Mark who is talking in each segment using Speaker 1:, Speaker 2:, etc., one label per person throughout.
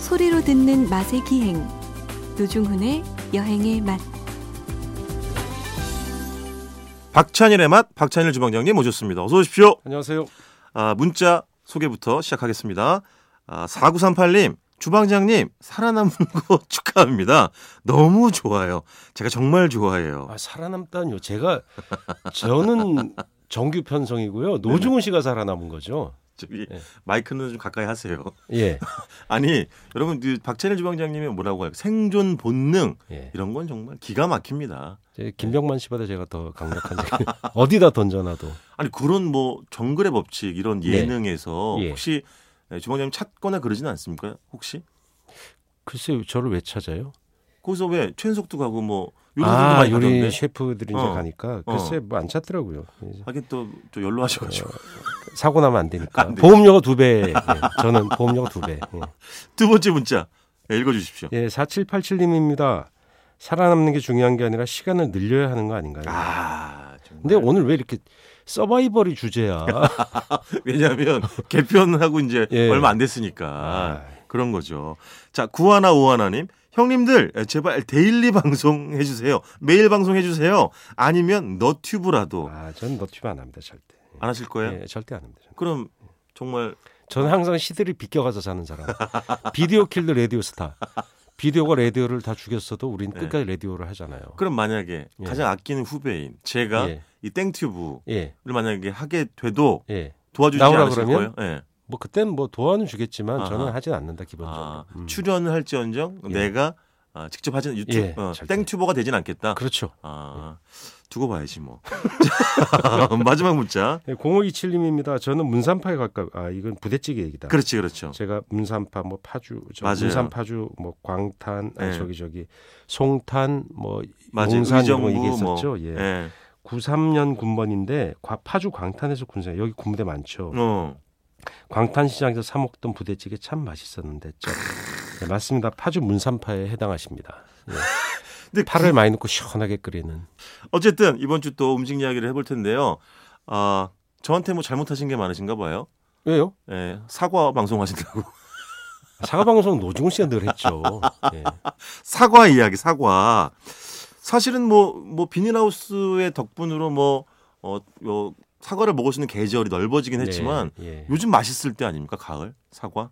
Speaker 1: 소리로 듣는 맛의 기행 노중훈의 여행의 맛
Speaker 2: 박찬일의 맛 박찬일 주방장님 모셨습니다. 어서 오십시오.
Speaker 3: 안녕하세요.
Speaker 2: 아, 문자 소개부터 시작하겠습니다. 아, 4938님, 주방장님, 살아남은 거 축하합니다. 너무 좋아요. 제가 정말 좋아해요.
Speaker 3: 아, 살아남다니요. 제가 저는 정규 편성이고요. 노중훈 씨가 살아남은 거죠.
Speaker 2: 저기
Speaker 3: 네.
Speaker 2: 마이크는 좀 가까이 하세요.
Speaker 3: 예.
Speaker 2: 아니, 여러분, 그 박찬일 주방장님이 뭐라고 해요? 생존 본능.
Speaker 3: 예.
Speaker 2: 이런 건 정말 기가 막힙니다.
Speaker 3: 제 김병만 씨보다 제가 더 강력한 적이 어디다 던져놔도
Speaker 2: 아니, 그런 뭐 정글의 법칙 이런
Speaker 3: 네.
Speaker 2: 예능에서
Speaker 3: 예.
Speaker 2: 혹시 네, 주방장님 찾거나 그러진 않습니까? 혹시?
Speaker 3: 글쎄요. 저를 왜 찾아요?
Speaker 2: 거기서 왜 최은석도 가고 뭐 요리도
Speaker 3: 아,
Speaker 2: 많이 가던데.
Speaker 3: 요리 셰프들이 이제
Speaker 2: 어.
Speaker 3: 가니까
Speaker 2: 어.
Speaker 3: 글쎄 뭐 안 찾더라고요. 이제
Speaker 2: 하긴 또좀 연로하셔가지고
Speaker 3: 어. 사고 나면 안 되니까.
Speaker 2: 안 돼요.
Speaker 3: 보험료가 두 배. 예. 저는 보험료가 두 배. 예.
Speaker 2: 두 번째 문자 예, 읽어주십시오.
Speaker 3: 예, 4787님입니다. 살아남는 게 중요한 게 아니라 시간을 늘려야 하는 거 아닌가요?
Speaker 2: 아, 정말.
Speaker 3: 예. 근데 오늘 왜 이렇게 서바이벌이 주제야?
Speaker 2: 왜냐하면 개편하고 이제
Speaker 3: 예. 아.
Speaker 2: 얼마 안 됐으니까 그런 거죠. 자, 구하나 오하나님. 형님들 에, 제발 데일리 방송 해주세요. 매일 방송 해주세요. 아니면 너튜브라도
Speaker 3: 아, 저는 너튜브 안 합니다, 절대.
Speaker 2: 안 하실 거예요?
Speaker 3: 예, 절대 안 합니다. 저는.
Speaker 2: 그럼 정말
Speaker 3: 저는 항상 시대를 비껴가서 사는 사람. 비디오 킬드 라디오 스타. 비디오가 라디오를 다 죽였어도
Speaker 2: 네.
Speaker 3: 우린 끝까지 라디오를 하잖아요.
Speaker 2: 그럼 만약에
Speaker 3: 예.
Speaker 2: 가장 아끼는 후배인 제가
Speaker 3: 예.
Speaker 2: 이 땡튜브를
Speaker 3: 예.
Speaker 2: 만약에 하게 돼도
Speaker 3: 예.
Speaker 2: 도와주지
Speaker 3: 나오라
Speaker 2: 않으실
Speaker 3: 그러면?
Speaker 2: 거예요? 예.
Speaker 3: 뭐 그땐 뭐 도와는 주겠지만 저는
Speaker 2: 아하.
Speaker 3: 하진 않는다 기본적으로.
Speaker 2: 아,
Speaker 3: 음.
Speaker 2: 출연을 할지언정
Speaker 3: 예.
Speaker 2: 내가 아, 직접 하지는 유튜브
Speaker 3: 예,
Speaker 2: 어,
Speaker 3: 절대.
Speaker 2: 땡튜버가 되진 않겠다.
Speaker 3: 그렇죠. 예.
Speaker 2: 아, 두고 봐야지 뭐. 자, 마지막 문자.
Speaker 3: 예, 0527님입니다. 저는 문산파에 가까. 아 이건 부대찌개 얘기다.
Speaker 2: 그렇지, 그렇죠.
Speaker 3: 제가 문산파 뭐 파주, 저
Speaker 2: 맞아요.
Speaker 3: 문산 파주 뭐 광탄, 아니,
Speaker 2: 예.
Speaker 3: 저기 저기 송탄 뭐
Speaker 2: 맞아요.
Speaker 3: 용산 이런 거
Speaker 2: 의정부
Speaker 3: 얘기했었죠.
Speaker 2: 뭐.
Speaker 3: 예.
Speaker 2: 예.
Speaker 3: 93년 군번인데 과- 파주 광탄에서 군생 여기 군대 많죠.
Speaker 2: 어.
Speaker 3: 광탄시장에서 사 먹던 부대찌개 참 맛있었는데 참. 네, 맞습니다. 파주 문산파에 해당하십니다. 예.
Speaker 2: 근데
Speaker 3: 파를 많이 넣고 시원하게 끓이는.
Speaker 2: 어쨌든 이번 주 또 음식 이야기를 해볼 텐데요. 아, 저한테 뭐 잘못하신 게 많으신가 봐요.
Speaker 3: 왜요?
Speaker 2: 예. 사과 방송 하신다고.
Speaker 3: 사과 방송 노중훈 씨가 늘 했죠. 예.
Speaker 2: 사과 이야기, 사과. 사실은 뭐, 뭐, 비닐하우스의 덕분으로 뭐, 어, 요, 사과를 먹을 수 있는 계절이 넓어지긴 했지만
Speaker 3: 네, 예.
Speaker 2: 요즘 맛있을 때 아닙니까? 가을? 사과?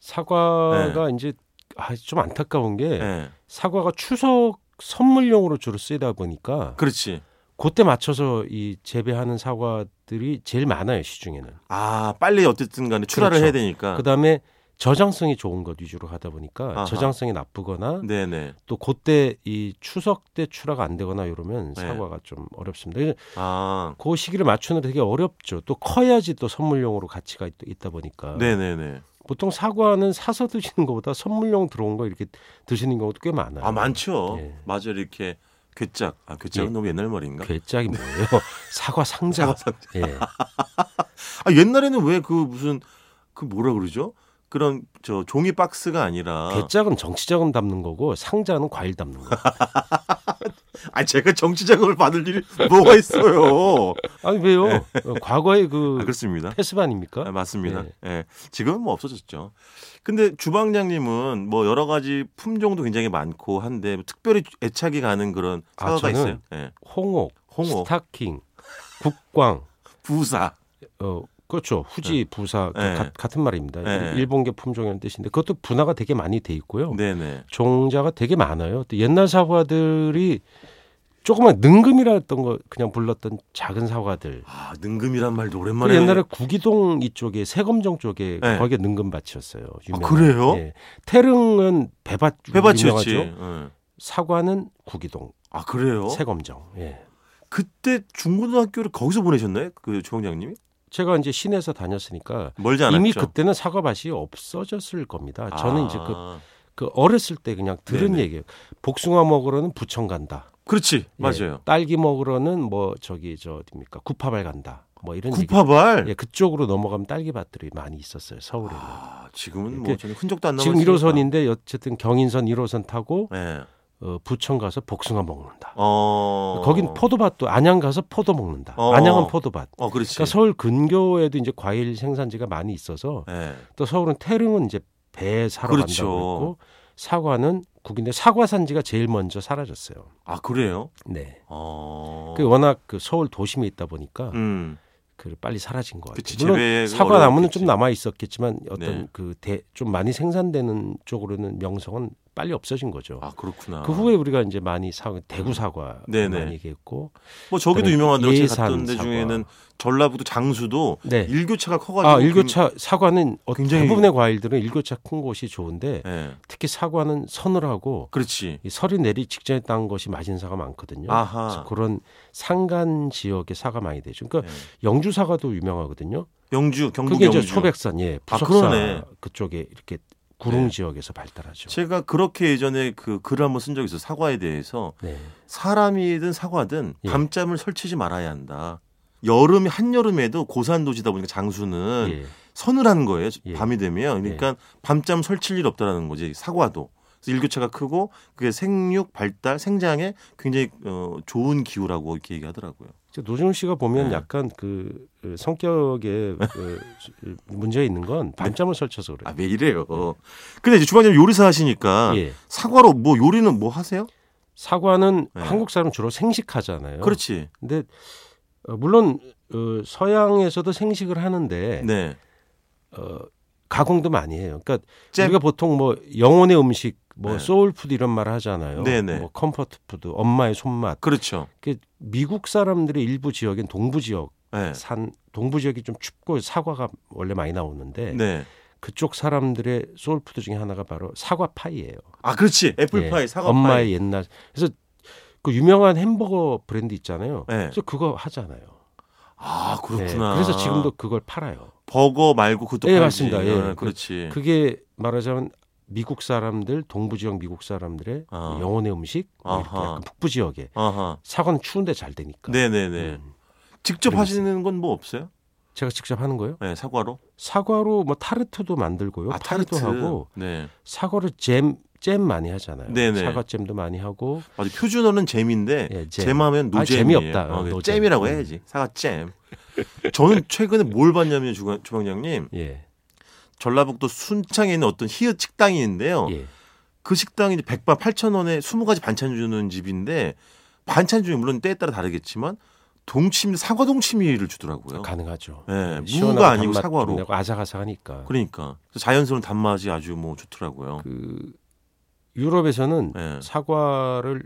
Speaker 3: 사과가
Speaker 2: 네.
Speaker 3: 이제 아, 좀 안타까운 게
Speaker 2: 예.
Speaker 3: 사과가 추석 선물용으로 주로 쓰이다 보니까
Speaker 2: 그렇지.
Speaker 3: 그때 맞춰서 이 재배하는 사과들이 제일 많아요 시중에는.
Speaker 2: 아, 빨리 어쨌든 간에 출하를
Speaker 3: 그렇죠.
Speaker 2: 해야 되니까.
Speaker 3: 그다음에 저장성이 좋은 것 위주로 하다 보니까
Speaker 2: 아. 아하.
Speaker 3: 저장성이 나쁘거나
Speaker 2: 네네.
Speaker 3: 또 그때 이 추석 때 출하가 안 되거나 이러면
Speaker 2: 네.
Speaker 3: 사과가 좀 어렵습니다. 그래서
Speaker 2: 아,
Speaker 3: 그 시기를 맞추는 데 되게 어렵죠. 또 커야지 또 선물용으로 가치가 있, 있다 보니까
Speaker 2: 네네네.
Speaker 3: 보통 사과는 사서 드시는 것보다 선물용 들어온 거 이렇게 드시는 경우도 꽤 많아요.
Speaker 2: 아, 많죠.
Speaker 3: 예.
Speaker 2: 맞아요. 이렇게 괴짝. 아, 괴짝은
Speaker 3: 예.
Speaker 2: 너무 옛날 말인가?
Speaker 3: 괴짝이 뭐예요? 사과 상자. 예.
Speaker 2: 아, 옛날에는 왜 그 무슨 그 뭐라 그러죠? 그런 저 종이 박스가 아니라
Speaker 3: 괴짝은 정치자금 담는 거고 상자는 과일 담는 거.
Speaker 2: 아 제가 정치 자금을 받을 일이 뭐가 있어요.
Speaker 3: 아니 왜요? 어, 과거에 그
Speaker 2: 네. 아, 그렇습니다.
Speaker 3: 패스
Speaker 2: 아,
Speaker 3: 반입니까?
Speaker 2: 맞습니다.
Speaker 3: 네.
Speaker 2: 예. 지금은 뭐 없어졌죠. 근데 주방장님은 뭐 여러 가지 품종도 굉장히 많고 한데 특별히 애착이 가는 그런
Speaker 3: 아,
Speaker 2: 사과가
Speaker 3: 저는
Speaker 2: 있어요. 예.
Speaker 3: 홍옥,
Speaker 2: 홍옥.
Speaker 3: 스타킹, 국광,
Speaker 2: 부사.
Speaker 3: 어 그렇죠. 후지 부사 그
Speaker 2: 네.
Speaker 3: 가- 같은 말입니다.
Speaker 2: 네.
Speaker 3: 일본계 품종이라는 뜻인데 그것도 분화가 되게 많이 돼 있고요.
Speaker 2: 네네.
Speaker 3: 종자가 되게 많아요. 또 옛날 사과들이 조그만 능금이라 했던 거 그냥 불렀던 작은 사과들.
Speaker 2: 아 능금이란 말도
Speaker 3: 그
Speaker 2: 오랜만에. 아,
Speaker 3: 옛날에 구기동 이쪽에 세검정 쪽에
Speaker 2: 네. 아,
Speaker 3: 거기가 능금밭이었어요. 유명한.
Speaker 2: 그래요?
Speaker 3: 예. 태릉은 배밭
Speaker 2: 회밭이었지.
Speaker 3: 유명하죠.
Speaker 2: 예.
Speaker 3: 사과는 구기동,
Speaker 2: 아 그래요?
Speaker 3: 세검정. 예.
Speaker 2: 그때 중고등학교를 거기서 보내셨나요? 그 주방장님이
Speaker 3: 제가 이제 시내에서 다녔으니까
Speaker 2: 멀지 않았죠.
Speaker 3: 이미 그때는 사과밭이 없어졌을 겁니다. 저는
Speaker 2: 아,
Speaker 3: 이제 그, 그 어렸을 때 그냥 들은
Speaker 2: 네네.
Speaker 3: 얘기예요. 복숭아 먹으러는 부천 간다.
Speaker 2: 그렇지
Speaker 3: 예.
Speaker 2: 맞아요.
Speaker 3: 딸기 먹으러는 뭐 저기 저 어디입니까? 구파발 간다. 뭐 이런 얘기.
Speaker 2: 구파발.
Speaker 3: 예, 그쪽으로 넘어가면 딸기밭들이 많이 있었어요. 서울에. 는
Speaker 2: 아 지금은
Speaker 3: 이렇게
Speaker 2: 뭐 전혀 흔적도 안 남아.
Speaker 3: 지금 1호선인데 어쨌든 경인선 1호선 타고
Speaker 2: 예.
Speaker 3: 어, 부천 가서 복숭아 먹는다.
Speaker 2: 어.
Speaker 3: 거긴 포도밭도 안양 가서 포도 먹는다.
Speaker 2: 어.
Speaker 3: 안양은 포도밭.
Speaker 2: 어 그렇지.
Speaker 3: 그러니까 서울 근교에도 이제 과일 생산지가 많이 있어서
Speaker 2: 예.
Speaker 3: 또 서울은 태릉은 이제 배에 사러 간다고
Speaker 2: 그렇죠.
Speaker 3: 했고 사과는 국인데 사과 산지가 제일 먼저 사라졌어요.
Speaker 2: 아 그래요?
Speaker 3: 네.
Speaker 2: 어.
Speaker 3: 그 워낙 그 서울 도심에 있다 보니까
Speaker 2: 음.
Speaker 3: 그 빨리 사라진 것 같아요.
Speaker 2: 그치, 재배가
Speaker 3: 물론 사과 나무는
Speaker 2: 어려웠겠지.
Speaker 3: 좀 남아 있었겠지만 어떤
Speaker 2: 네.
Speaker 3: 그 좀 많이 생산되는 쪽으로는 명성은 빨리 없어진 거죠.
Speaker 2: 아 그렇구나.
Speaker 3: 그 후에 우리가 이제 많이 사 대구 사과
Speaker 2: 네네.
Speaker 3: 많이 얘기했고
Speaker 2: 뭐 저기도
Speaker 3: 그다음에
Speaker 2: 유명한데요. 제가
Speaker 3: 예산
Speaker 2: 갔던 데
Speaker 3: 사과.
Speaker 2: 중에는 전라북도 장수도
Speaker 3: 네.
Speaker 2: 일교차가 커가지고
Speaker 3: 아 일교차 사과는 어,
Speaker 2: 굉장히-
Speaker 3: 대부분의 과일들은 일교차 큰 곳이 좋은데
Speaker 2: 그- 예.
Speaker 3: 특히 사과는 서늘하고
Speaker 2: 그렇지.
Speaker 3: 이 설이 내리 직전에 딴 것이 마진사가 많거든요.
Speaker 2: 아하.
Speaker 3: 그래서 그런 산간 지역의 사가 많이 되죠. 그러니까
Speaker 2: 예.
Speaker 3: 영주 사과도 유명하거든요.
Speaker 2: 영주 경북
Speaker 3: 그게 이제
Speaker 2: 영주.
Speaker 3: 소백산, 예,
Speaker 2: 아,
Speaker 3: 부석사
Speaker 2: 그러네.
Speaker 3: 그쪽에 이렇게 구릉
Speaker 2: 네.
Speaker 3: 지역에서 발달하죠.
Speaker 2: 제가 그렇게 예전에 그 글을 한번 쓴 적이 있어 요 사과에 대해서
Speaker 3: 네,
Speaker 2: 사람이든 사과든
Speaker 3: 예.
Speaker 2: 밤잠을 설치지 말아야 한다. 여름 한 여름에도 고산도시다 보니까 장수는
Speaker 3: 예,
Speaker 2: 서늘한 거예요.
Speaker 3: 예.
Speaker 2: 밤이 되면 그러니까 밤잠 설칠 일 없다라는 거지 사과도 그래서 일교차가 크고 그게 생육 발달 생장에 굉장히 어, 좋은 기후라고 이렇게 얘기하더라고요.
Speaker 3: 이제 노준호 씨가 보면
Speaker 2: 네.
Speaker 3: 약간 그 어, 성격에 어, 문제 있는
Speaker 2: 네.
Speaker 3: 건 밤잠을 설쳐서 그래요.
Speaker 2: 아왜 이래요? 예. 근데 이제 주방장님 요리사 하시니까
Speaker 3: 예,
Speaker 2: 사과로 뭐 요리는 뭐 하세요?
Speaker 3: 사과는
Speaker 2: 네. 그렇죠.
Speaker 3: 한국 사람 주로 생식하잖아요.
Speaker 2: 그렇지.
Speaker 3: 근데 어, 물론 어, 서양에서도 생식을 하는데
Speaker 2: 네.
Speaker 3: 어, 가공도 많이 해요. 그러니까
Speaker 2: 잼.
Speaker 3: 우리가 보통 뭐 영혼의 음식, 뭐
Speaker 2: 네.
Speaker 3: 소울푸드 이런 말을 하잖아요.
Speaker 2: 네네.
Speaker 3: 뭐 컴포트푸드, 엄마의 손맛.
Speaker 2: 그렇죠.
Speaker 3: 그 미국 사람들의 일부 지역인 동부 지역
Speaker 2: 네.
Speaker 3: 산 동부 지역이 좀 춥고 사과가 원래 많이 나오는데
Speaker 2: 네.
Speaker 3: 그쪽 사람들의 소울푸드 중에 하나가 바로 사과 파이예요.
Speaker 2: 아 그렇지.
Speaker 3: 예.
Speaker 2: 애플파이 사과 파이.
Speaker 3: 엄마의 옛날 그래서 그 유명한 햄버거 브랜드 있잖아요.
Speaker 2: 네.
Speaker 3: 그래서 그거 하잖아요.
Speaker 2: 아
Speaker 3: 네,
Speaker 2: 그렇구나.
Speaker 3: 그래서 지금도 그걸 팔아요.
Speaker 2: 버거 말고 그것도
Speaker 3: 예,
Speaker 2: 팔지.
Speaker 3: 맞습니다. 예.
Speaker 2: 아, 그렇지.
Speaker 3: 그게 말하자면 미국 사람들 동부 지역 미국 사람들의
Speaker 2: 아.
Speaker 3: 영혼의 음식 뭐 이렇게
Speaker 2: 아하.
Speaker 3: 약간 북부 지역에
Speaker 2: 아하.
Speaker 3: 사과는 추운데 잘 되니까.
Speaker 2: 네네네.
Speaker 3: 음,
Speaker 2: 직접
Speaker 3: 그러겠어요.
Speaker 2: 하시는 건 뭐 없어요?
Speaker 3: 제가 직접 하는 거예요.
Speaker 2: 네, 사과로.
Speaker 3: 사과로 뭐 타르트도 만들고요.
Speaker 2: 아
Speaker 3: 파이도
Speaker 2: 타르트.
Speaker 3: 하고
Speaker 2: 네.
Speaker 3: 사과를 잼, 잼 많이 하잖아요.
Speaker 2: 네네.
Speaker 3: 사과잼도 많이 하고.
Speaker 2: 맞아 표준어는 잼인데
Speaker 3: 예, 잼.
Speaker 2: 잼하면
Speaker 3: 아,
Speaker 2: 노잼이에요.
Speaker 3: 재미없다.
Speaker 2: 어,
Speaker 3: 노잼.
Speaker 2: 잼이라고
Speaker 3: 음.
Speaker 2: 해야지. 사과 잼. 저는 최근에 뭘 봤냐면 주방, 주방장님
Speaker 3: 예.
Speaker 2: 전라북도 순창에 있는 어떤 히읗 식당이 있는데요.
Speaker 3: 예.
Speaker 2: 그 식당이 이제 백반 8천 원에 20가지 반찬 주는 집인데 반찬 중에 물론 때에 따라 다르겠지만 동치미 사과 동치미를 주더라고요.
Speaker 3: 가능하죠.
Speaker 2: 예,
Speaker 3: 시원하고
Speaker 2: 무가 아니고
Speaker 3: 단맛도
Speaker 2: 사과로.
Speaker 3: 내고 아삭아삭하니까.
Speaker 2: 그러니까 그래서 자연스러운 단맛이 아주 뭐 좋더라고요.
Speaker 3: 그 유럽에서는
Speaker 2: 예.
Speaker 3: 사과를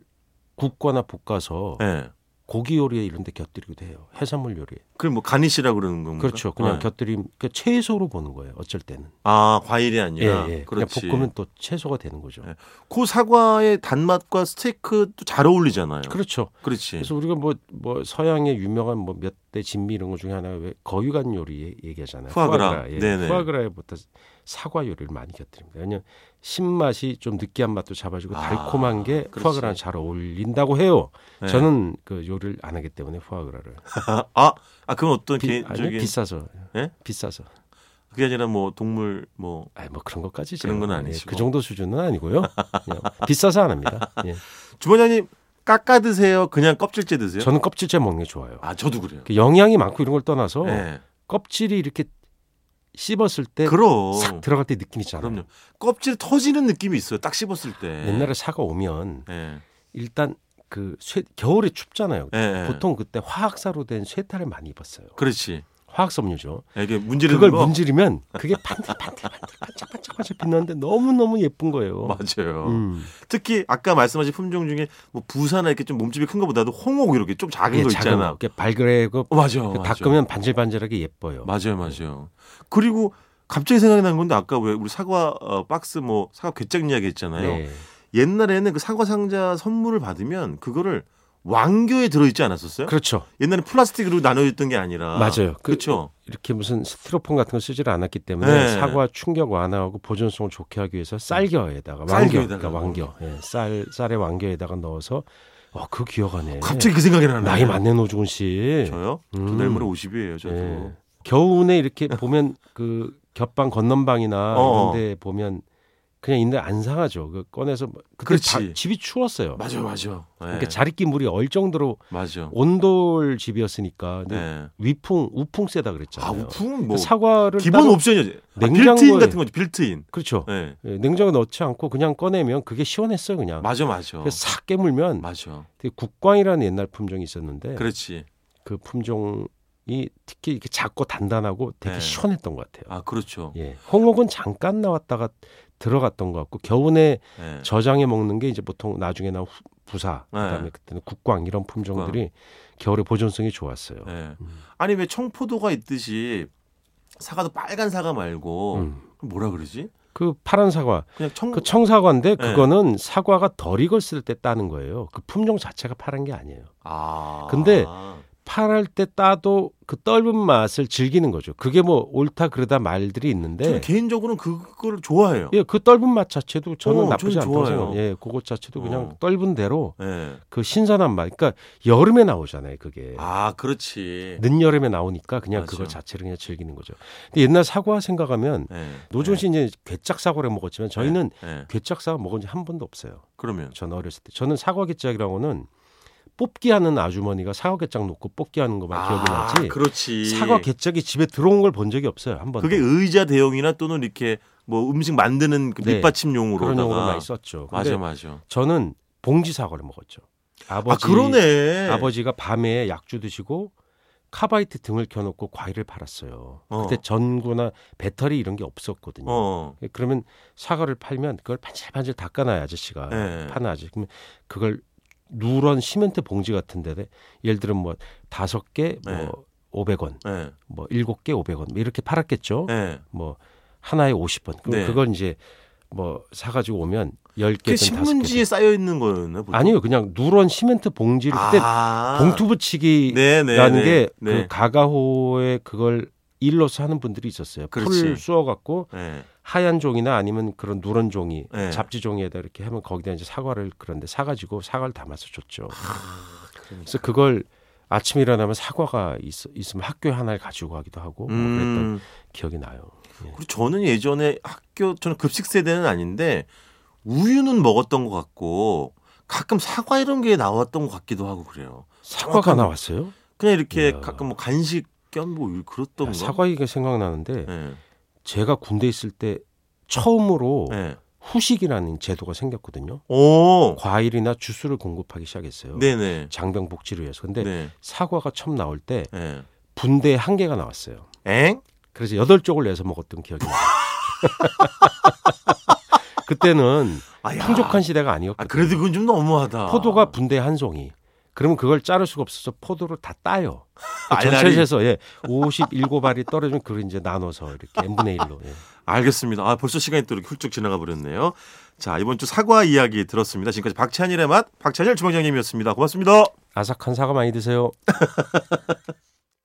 Speaker 3: 굽거나 볶아서
Speaker 2: 예.
Speaker 3: 고기 요리에 이런 데 곁들이기도 해요. 해산물 요리에.
Speaker 2: 그럼 뭐 가니시라 그러는 건가요?
Speaker 3: 그렇죠. 그냥
Speaker 2: 예.
Speaker 3: 곁들임 그러니까 채소로 보는 거예요. 어쩔 때는.
Speaker 2: 아 과일이 아니라
Speaker 3: 예, 예. 그냥
Speaker 2: 그렇지.
Speaker 3: 볶으면 또 채소가 되는 거죠.
Speaker 2: 예. 그 사과의 단맛과 스테이크도 잘 어울리잖아요.
Speaker 3: 그렇죠.
Speaker 2: 그렇지.
Speaker 3: 그래서 우리가 뭐, 뭐 서양의 유명한 뭐 몇 대 진미 이런 것 중에 하나가 왜 거유간 요리 얘- 얘기하잖아요.
Speaker 2: 푸아그라.
Speaker 3: 예.
Speaker 2: 네네.
Speaker 3: 푸아그라에부터 사과 요리를 많이 곁들입니다. 왜냐하면 신맛이 좀 느끼한 맛도 잡아주고
Speaker 2: 아,
Speaker 3: 달콤한 게
Speaker 2: 그렇지.
Speaker 3: 푸아그라랑 잘 어울린다고 해요.
Speaker 2: 네.
Speaker 3: 저는 그 요리를 안 하기 때문에 푸아그라를.
Speaker 2: 아, 아 그건 어떤
Speaker 3: 비, 아니,
Speaker 2: 개인적인
Speaker 3: 비싸서.
Speaker 2: 예?
Speaker 3: 비싸서.
Speaker 2: 그게 아니라 뭐 동물 뭐
Speaker 3: 아니, 뭐 그런 것까지
Speaker 2: 그런
Speaker 3: 제가,
Speaker 2: 건
Speaker 3: 예,
Speaker 2: 아니시고.
Speaker 3: 그 정도 수준은 아니고요. 그냥 비싸서 안 합니다. 예.
Speaker 2: 주방장님 깎아 드세요. 그냥 껍질째 드세요.
Speaker 3: 저는 껍질째 먹는 게 좋아요.
Speaker 2: 아 저도 그래요.
Speaker 3: 그 영양이 많고 이런 걸 떠나서
Speaker 2: 예.
Speaker 3: 껍질이 이렇게 씹었을 때
Speaker 2: 그럼
Speaker 3: 네. 싹 들어갈 때 느낌 있잖아요.
Speaker 2: 그럼요. 네. 껍질 터지는 느낌이 있어요. 딱 씹었을 때.
Speaker 3: 옛날에 사과 오면
Speaker 2: 예.
Speaker 3: 일단 그 쇠, 겨울에 춥잖아요.
Speaker 2: 예, 예.
Speaker 3: 보통 그때 화학사로 된 쇠타를 많이 입었어요.
Speaker 2: 그렇지.
Speaker 3: 화학섬유죠.
Speaker 2: 예, 이게 문지르는
Speaker 3: 그걸
Speaker 2: 거
Speaker 3: 문지르면 그게 반들반들반들 반짝반짝반짝 빛나는데 너무너무 예쁜 거예요.
Speaker 2: 맞아요.
Speaker 3: 음.
Speaker 2: 특히 아까 말씀하신 품종 중에 뭐 부사나 이렇게 좀 몸집이 큰 거보다도 홍옥 이렇게 좀 작은
Speaker 3: 예,
Speaker 2: 거
Speaker 3: 작은
Speaker 2: 있잖아.
Speaker 3: 거. 이렇게 발그레고
Speaker 2: 어, 맞아요.
Speaker 3: 그
Speaker 2: 맞아요.
Speaker 3: 닦으면 반질반질하게 예뻐요.
Speaker 2: 맞아요, 맞아요. 그리고 갑자기 생각이 난 건데 아까 왜 우리 사과 어, 박스 뭐 사과 괴짝 이야기 했잖아요.
Speaker 3: 네.
Speaker 2: 옛날에는 그 사과 상자 선물을 받으면 그거를 왕교에 들어있지 않았었어요?
Speaker 3: 그렇죠.
Speaker 2: 옛날에 플라스틱으로 나눠줬던 게 아니라
Speaker 3: 맞아요. 그-
Speaker 2: 그렇죠.
Speaker 3: 이렇게 무슨 스티로폼 같은 거 쓰지를 않았기 때문에
Speaker 2: 네. 음.
Speaker 3: 사과 충격 완화하고 보존성을 좋게 하기 위해서 쌀겨에다가 왕겨,
Speaker 2: 쌀겨에다가.
Speaker 3: 그러니까 왕겨, 예, 쌀 쌀의 왕겨에다가 넣어서 어, 그 기억하네.
Speaker 2: 갑자기 그 생각이 나네.
Speaker 3: 나이 많네 노중훈 씨.
Speaker 2: 저요?
Speaker 3: 음.
Speaker 2: 저 내일 모레 50이에요. 저도.
Speaker 3: 예. 겨우내 이렇게 보면 그 겹방 건넌방이나
Speaker 2: 어어.
Speaker 3: 이런데 보면 그냥 있는데 안 상하죠. 그 꺼내서 뭐- 그때
Speaker 2: 그렇지.
Speaker 3: 다- 집이 추웠어요.
Speaker 2: 맞아, 맞아. 예.
Speaker 3: 그러니까 자립기 물이 얼 정도로
Speaker 2: 맞아.
Speaker 3: 온돌 집이었으니까 근데
Speaker 2: 네.
Speaker 3: 위풍 우풍 세다
Speaker 2: 아,
Speaker 3: 그랬잖아요.
Speaker 2: 우풍 뭐
Speaker 3: 사과를
Speaker 2: 기본
Speaker 3: 따로-
Speaker 2: 옵션이지. 아,
Speaker 3: 냉장고에-
Speaker 2: 빌트인 같은 거지, 빌트인.
Speaker 3: 그렇죠.
Speaker 2: 예.
Speaker 3: 예, 냉장고 넣지 않고 그냥 꺼내면 그게 시원했어요 그냥.
Speaker 2: 맞아, 맞아.
Speaker 3: 그래서 싹 깨물면
Speaker 2: 맞아.
Speaker 3: 되게 국광이라는 옛날 품종이 있었는데 그
Speaker 2: 그렇지.
Speaker 3: 품종이 특히 이렇게 작고 단단하고 되게
Speaker 2: 네.
Speaker 3: 시원했던 것 같아요.
Speaker 2: 아, 그렇죠.
Speaker 3: 예, 홍옥은 잠깐 나왔다가 들어갔던 것 같고 겨우내
Speaker 2: 예.
Speaker 3: 저장해 먹는 게 이제 보통 나중에 나온 후- 부사
Speaker 2: 네.
Speaker 3: 그다음에 그때는 국광 이런 품종들이 겨울에 보존성이 좋았어요.
Speaker 2: 예.
Speaker 3: 음.
Speaker 2: 아니 왜 청포도가 있듯이 사과도 빨간 사과 말고
Speaker 3: 음.
Speaker 2: 뭐라 그러지?
Speaker 3: 그 파란 사과,
Speaker 2: 그냥 청
Speaker 3: 그 청사과인데
Speaker 2: 음. 네.
Speaker 3: 그거는 사과가 덜 익었을 때 따는 거예요. 그 품종 자체가 파란 게 아니에요.
Speaker 2: 아.
Speaker 3: 근데 파랄 때 따도 그 떫은 맛을 즐기는 거죠. 그게 뭐 옳다 그러다 말들이
Speaker 2: 저는
Speaker 3: 있는데
Speaker 2: 개인적으로는 그걸 좋아해요. 예.
Speaker 3: 네. 예, 그 떫은 맛 자체도 저는
Speaker 2: 어,
Speaker 3: 나쁘지
Speaker 2: 저는
Speaker 3: 않다고
Speaker 2: 좋아요.
Speaker 3: 생각해요. 예, 그것 자체도
Speaker 2: 어.
Speaker 3: 그냥 떫은 대로 그 신선한 맛. 그러니까 여름에 나오잖아요, 그게.
Speaker 2: 예. 아, 그렇지.
Speaker 3: 늦여름에 나오니까 그냥
Speaker 2: 맞아요.
Speaker 3: 그걸 자체를 그냥 즐기는 거죠. 근데 옛날 사과 생각하면
Speaker 2: 예.
Speaker 3: 네. 노준 씨 이제 괴짝 사과를 먹었지만 저희는
Speaker 2: 예. 예.
Speaker 3: 괴짝 사과 먹은 지 한 번도 없어요.
Speaker 2: 그러면
Speaker 3: 전 어렸을 때. 저는 사과 괴짝이라고는 뽑기 하는 아주머니가 사과 괴짝 놓고 뽑기 하는 것만 기억이 나지.
Speaker 2: 아, 그렇지.
Speaker 3: 사과 괴짝이 집에 들어온 걸 본 적이 없어요. 한 번도.
Speaker 2: 그게 의자 대용이나 또는 이렇게 뭐 음식 만드는 그
Speaker 3: 네.
Speaker 2: 밑받침용으로다가
Speaker 3: 그런 용어로 많이 썼죠. 근데
Speaker 2: 맞아 맞아.
Speaker 3: 저는 봉지 사과를 먹었죠.
Speaker 2: 아
Speaker 3: 아버지
Speaker 2: 그러네.
Speaker 3: 아버지가 밤에 약주 드시고 카바이트 등을 켜놓고 과일을 팔았어요.
Speaker 2: 어.
Speaker 3: 그때 전구나 배터리 이런 게 없었거든요.
Speaker 2: 어.
Speaker 3: 그러면 사과를 팔면 그걸 반질반질 닦아놔요 아저씨가
Speaker 2: 예.
Speaker 3: 파는 아저씨. 그러면 그걸 누런 시멘트 봉지 같은 데에 예를 들면 뭐 다섯
Speaker 2: 네.
Speaker 3: 개뭐 오백 원
Speaker 2: 예.
Speaker 3: 뭐 일곱 개 오백 원 이렇게 팔았겠죠.
Speaker 2: 예.
Speaker 3: 뭐 하나에 오십 원. 그럼
Speaker 2: 네.
Speaker 3: 그걸 이제 뭐 사가지고 오면 열
Speaker 2: 그게
Speaker 3: 개든 다섯 개.
Speaker 2: 신문지에 쌓여 있는 거였나 보죠.
Speaker 3: 아니요, 그냥 누런 시멘트 봉지를 그때
Speaker 2: 아.
Speaker 3: 봉투 붙이기
Speaker 2: 네네.
Speaker 3: 라는 게
Speaker 2: 네.
Speaker 3: 그 가가호에 그걸 일로서 하는 분들이 있었어요.
Speaker 2: 그렇지.
Speaker 3: 풀 쑤어갖고
Speaker 2: 네.
Speaker 3: 하얀 종이나 아니면 그런 누런 종이,
Speaker 2: 네.
Speaker 3: 잡지 종이에다 이렇게 하면 거기다 이제 사과를 그런데 사가지고 사과를 담아서 줬죠. 아, 그래서 그걸 아침에 일어나면 사과가 있, 있으면 학교에 하나를 가지고 가기도 하고 뭐 그랬던
Speaker 2: 음.
Speaker 3: 기억이 나요.
Speaker 2: 그리고 저는 예전에 학교 저는 급식 세대는 아닌데 우유는 먹었던 것 같고 가끔 사과 이런 게 나왔던 것 같기도 하고 그래요.
Speaker 3: 사과가
Speaker 2: 정확한-
Speaker 3: 나왔어요?
Speaker 2: 그냥 이렇게
Speaker 3: 이야.
Speaker 2: 가끔 뭐 간식 겸뭐 그랬던 거.
Speaker 3: 야, 아, 사과 얘기가 네. 생각나는데
Speaker 2: 예.
Speaker 3: 제가 군대 있을 때 처음으로
Speaker 2: 예.
Speaker 3: 후식이라는 제도가 생겼거든요. 뭐
Speaker 2: 오.
Speaker 3: 과일이나 주스를 공급하기 시작했어요.
Speaker 2: 네네.
Speaker 3: 장병 복지를 위해서. 근데
Speaker 2: 네.
Speaker 3: 사과가 처음 나올 때
Speaker 2: 예.
Speaker 3: 분대 한 개가 나왔어요.
Speaker 2: 엥?
Speaker 3: 그래서 여덟 쪽을 내서 먹었던 기억이 나요. 그때는
Speaker 2: 아, 야.
Speaker 3: 풍족한 시대가
Speaker 2: 아
Speaker 3: 아니었거든요.
Speaker 2: 그래도 아. 그건 좀 너무하다.
Speaker 3: 포도가 분대 한 송이. 그러면 그걸 자를 수가 없어서 포도를 다 따요.
Speaker 2: 알알이.
Speaker 3: 전체에서 예, 57알이 떨어지면 그걸 이제 나눠서 이렇게 n분의 1로. 예.
Speaker 2: 알겠습니다. 아, 벌써 시간이 또 이렇게 훌쩍 지나가 버렸네요. 자, 이번 주 사과 이야기 들었습니다. 지금까지 박찬일의 맛, 박찬일 주방장님이었습니다. 고맙습니다.
Speaker 3: 아삭한 사과 많이 드세요.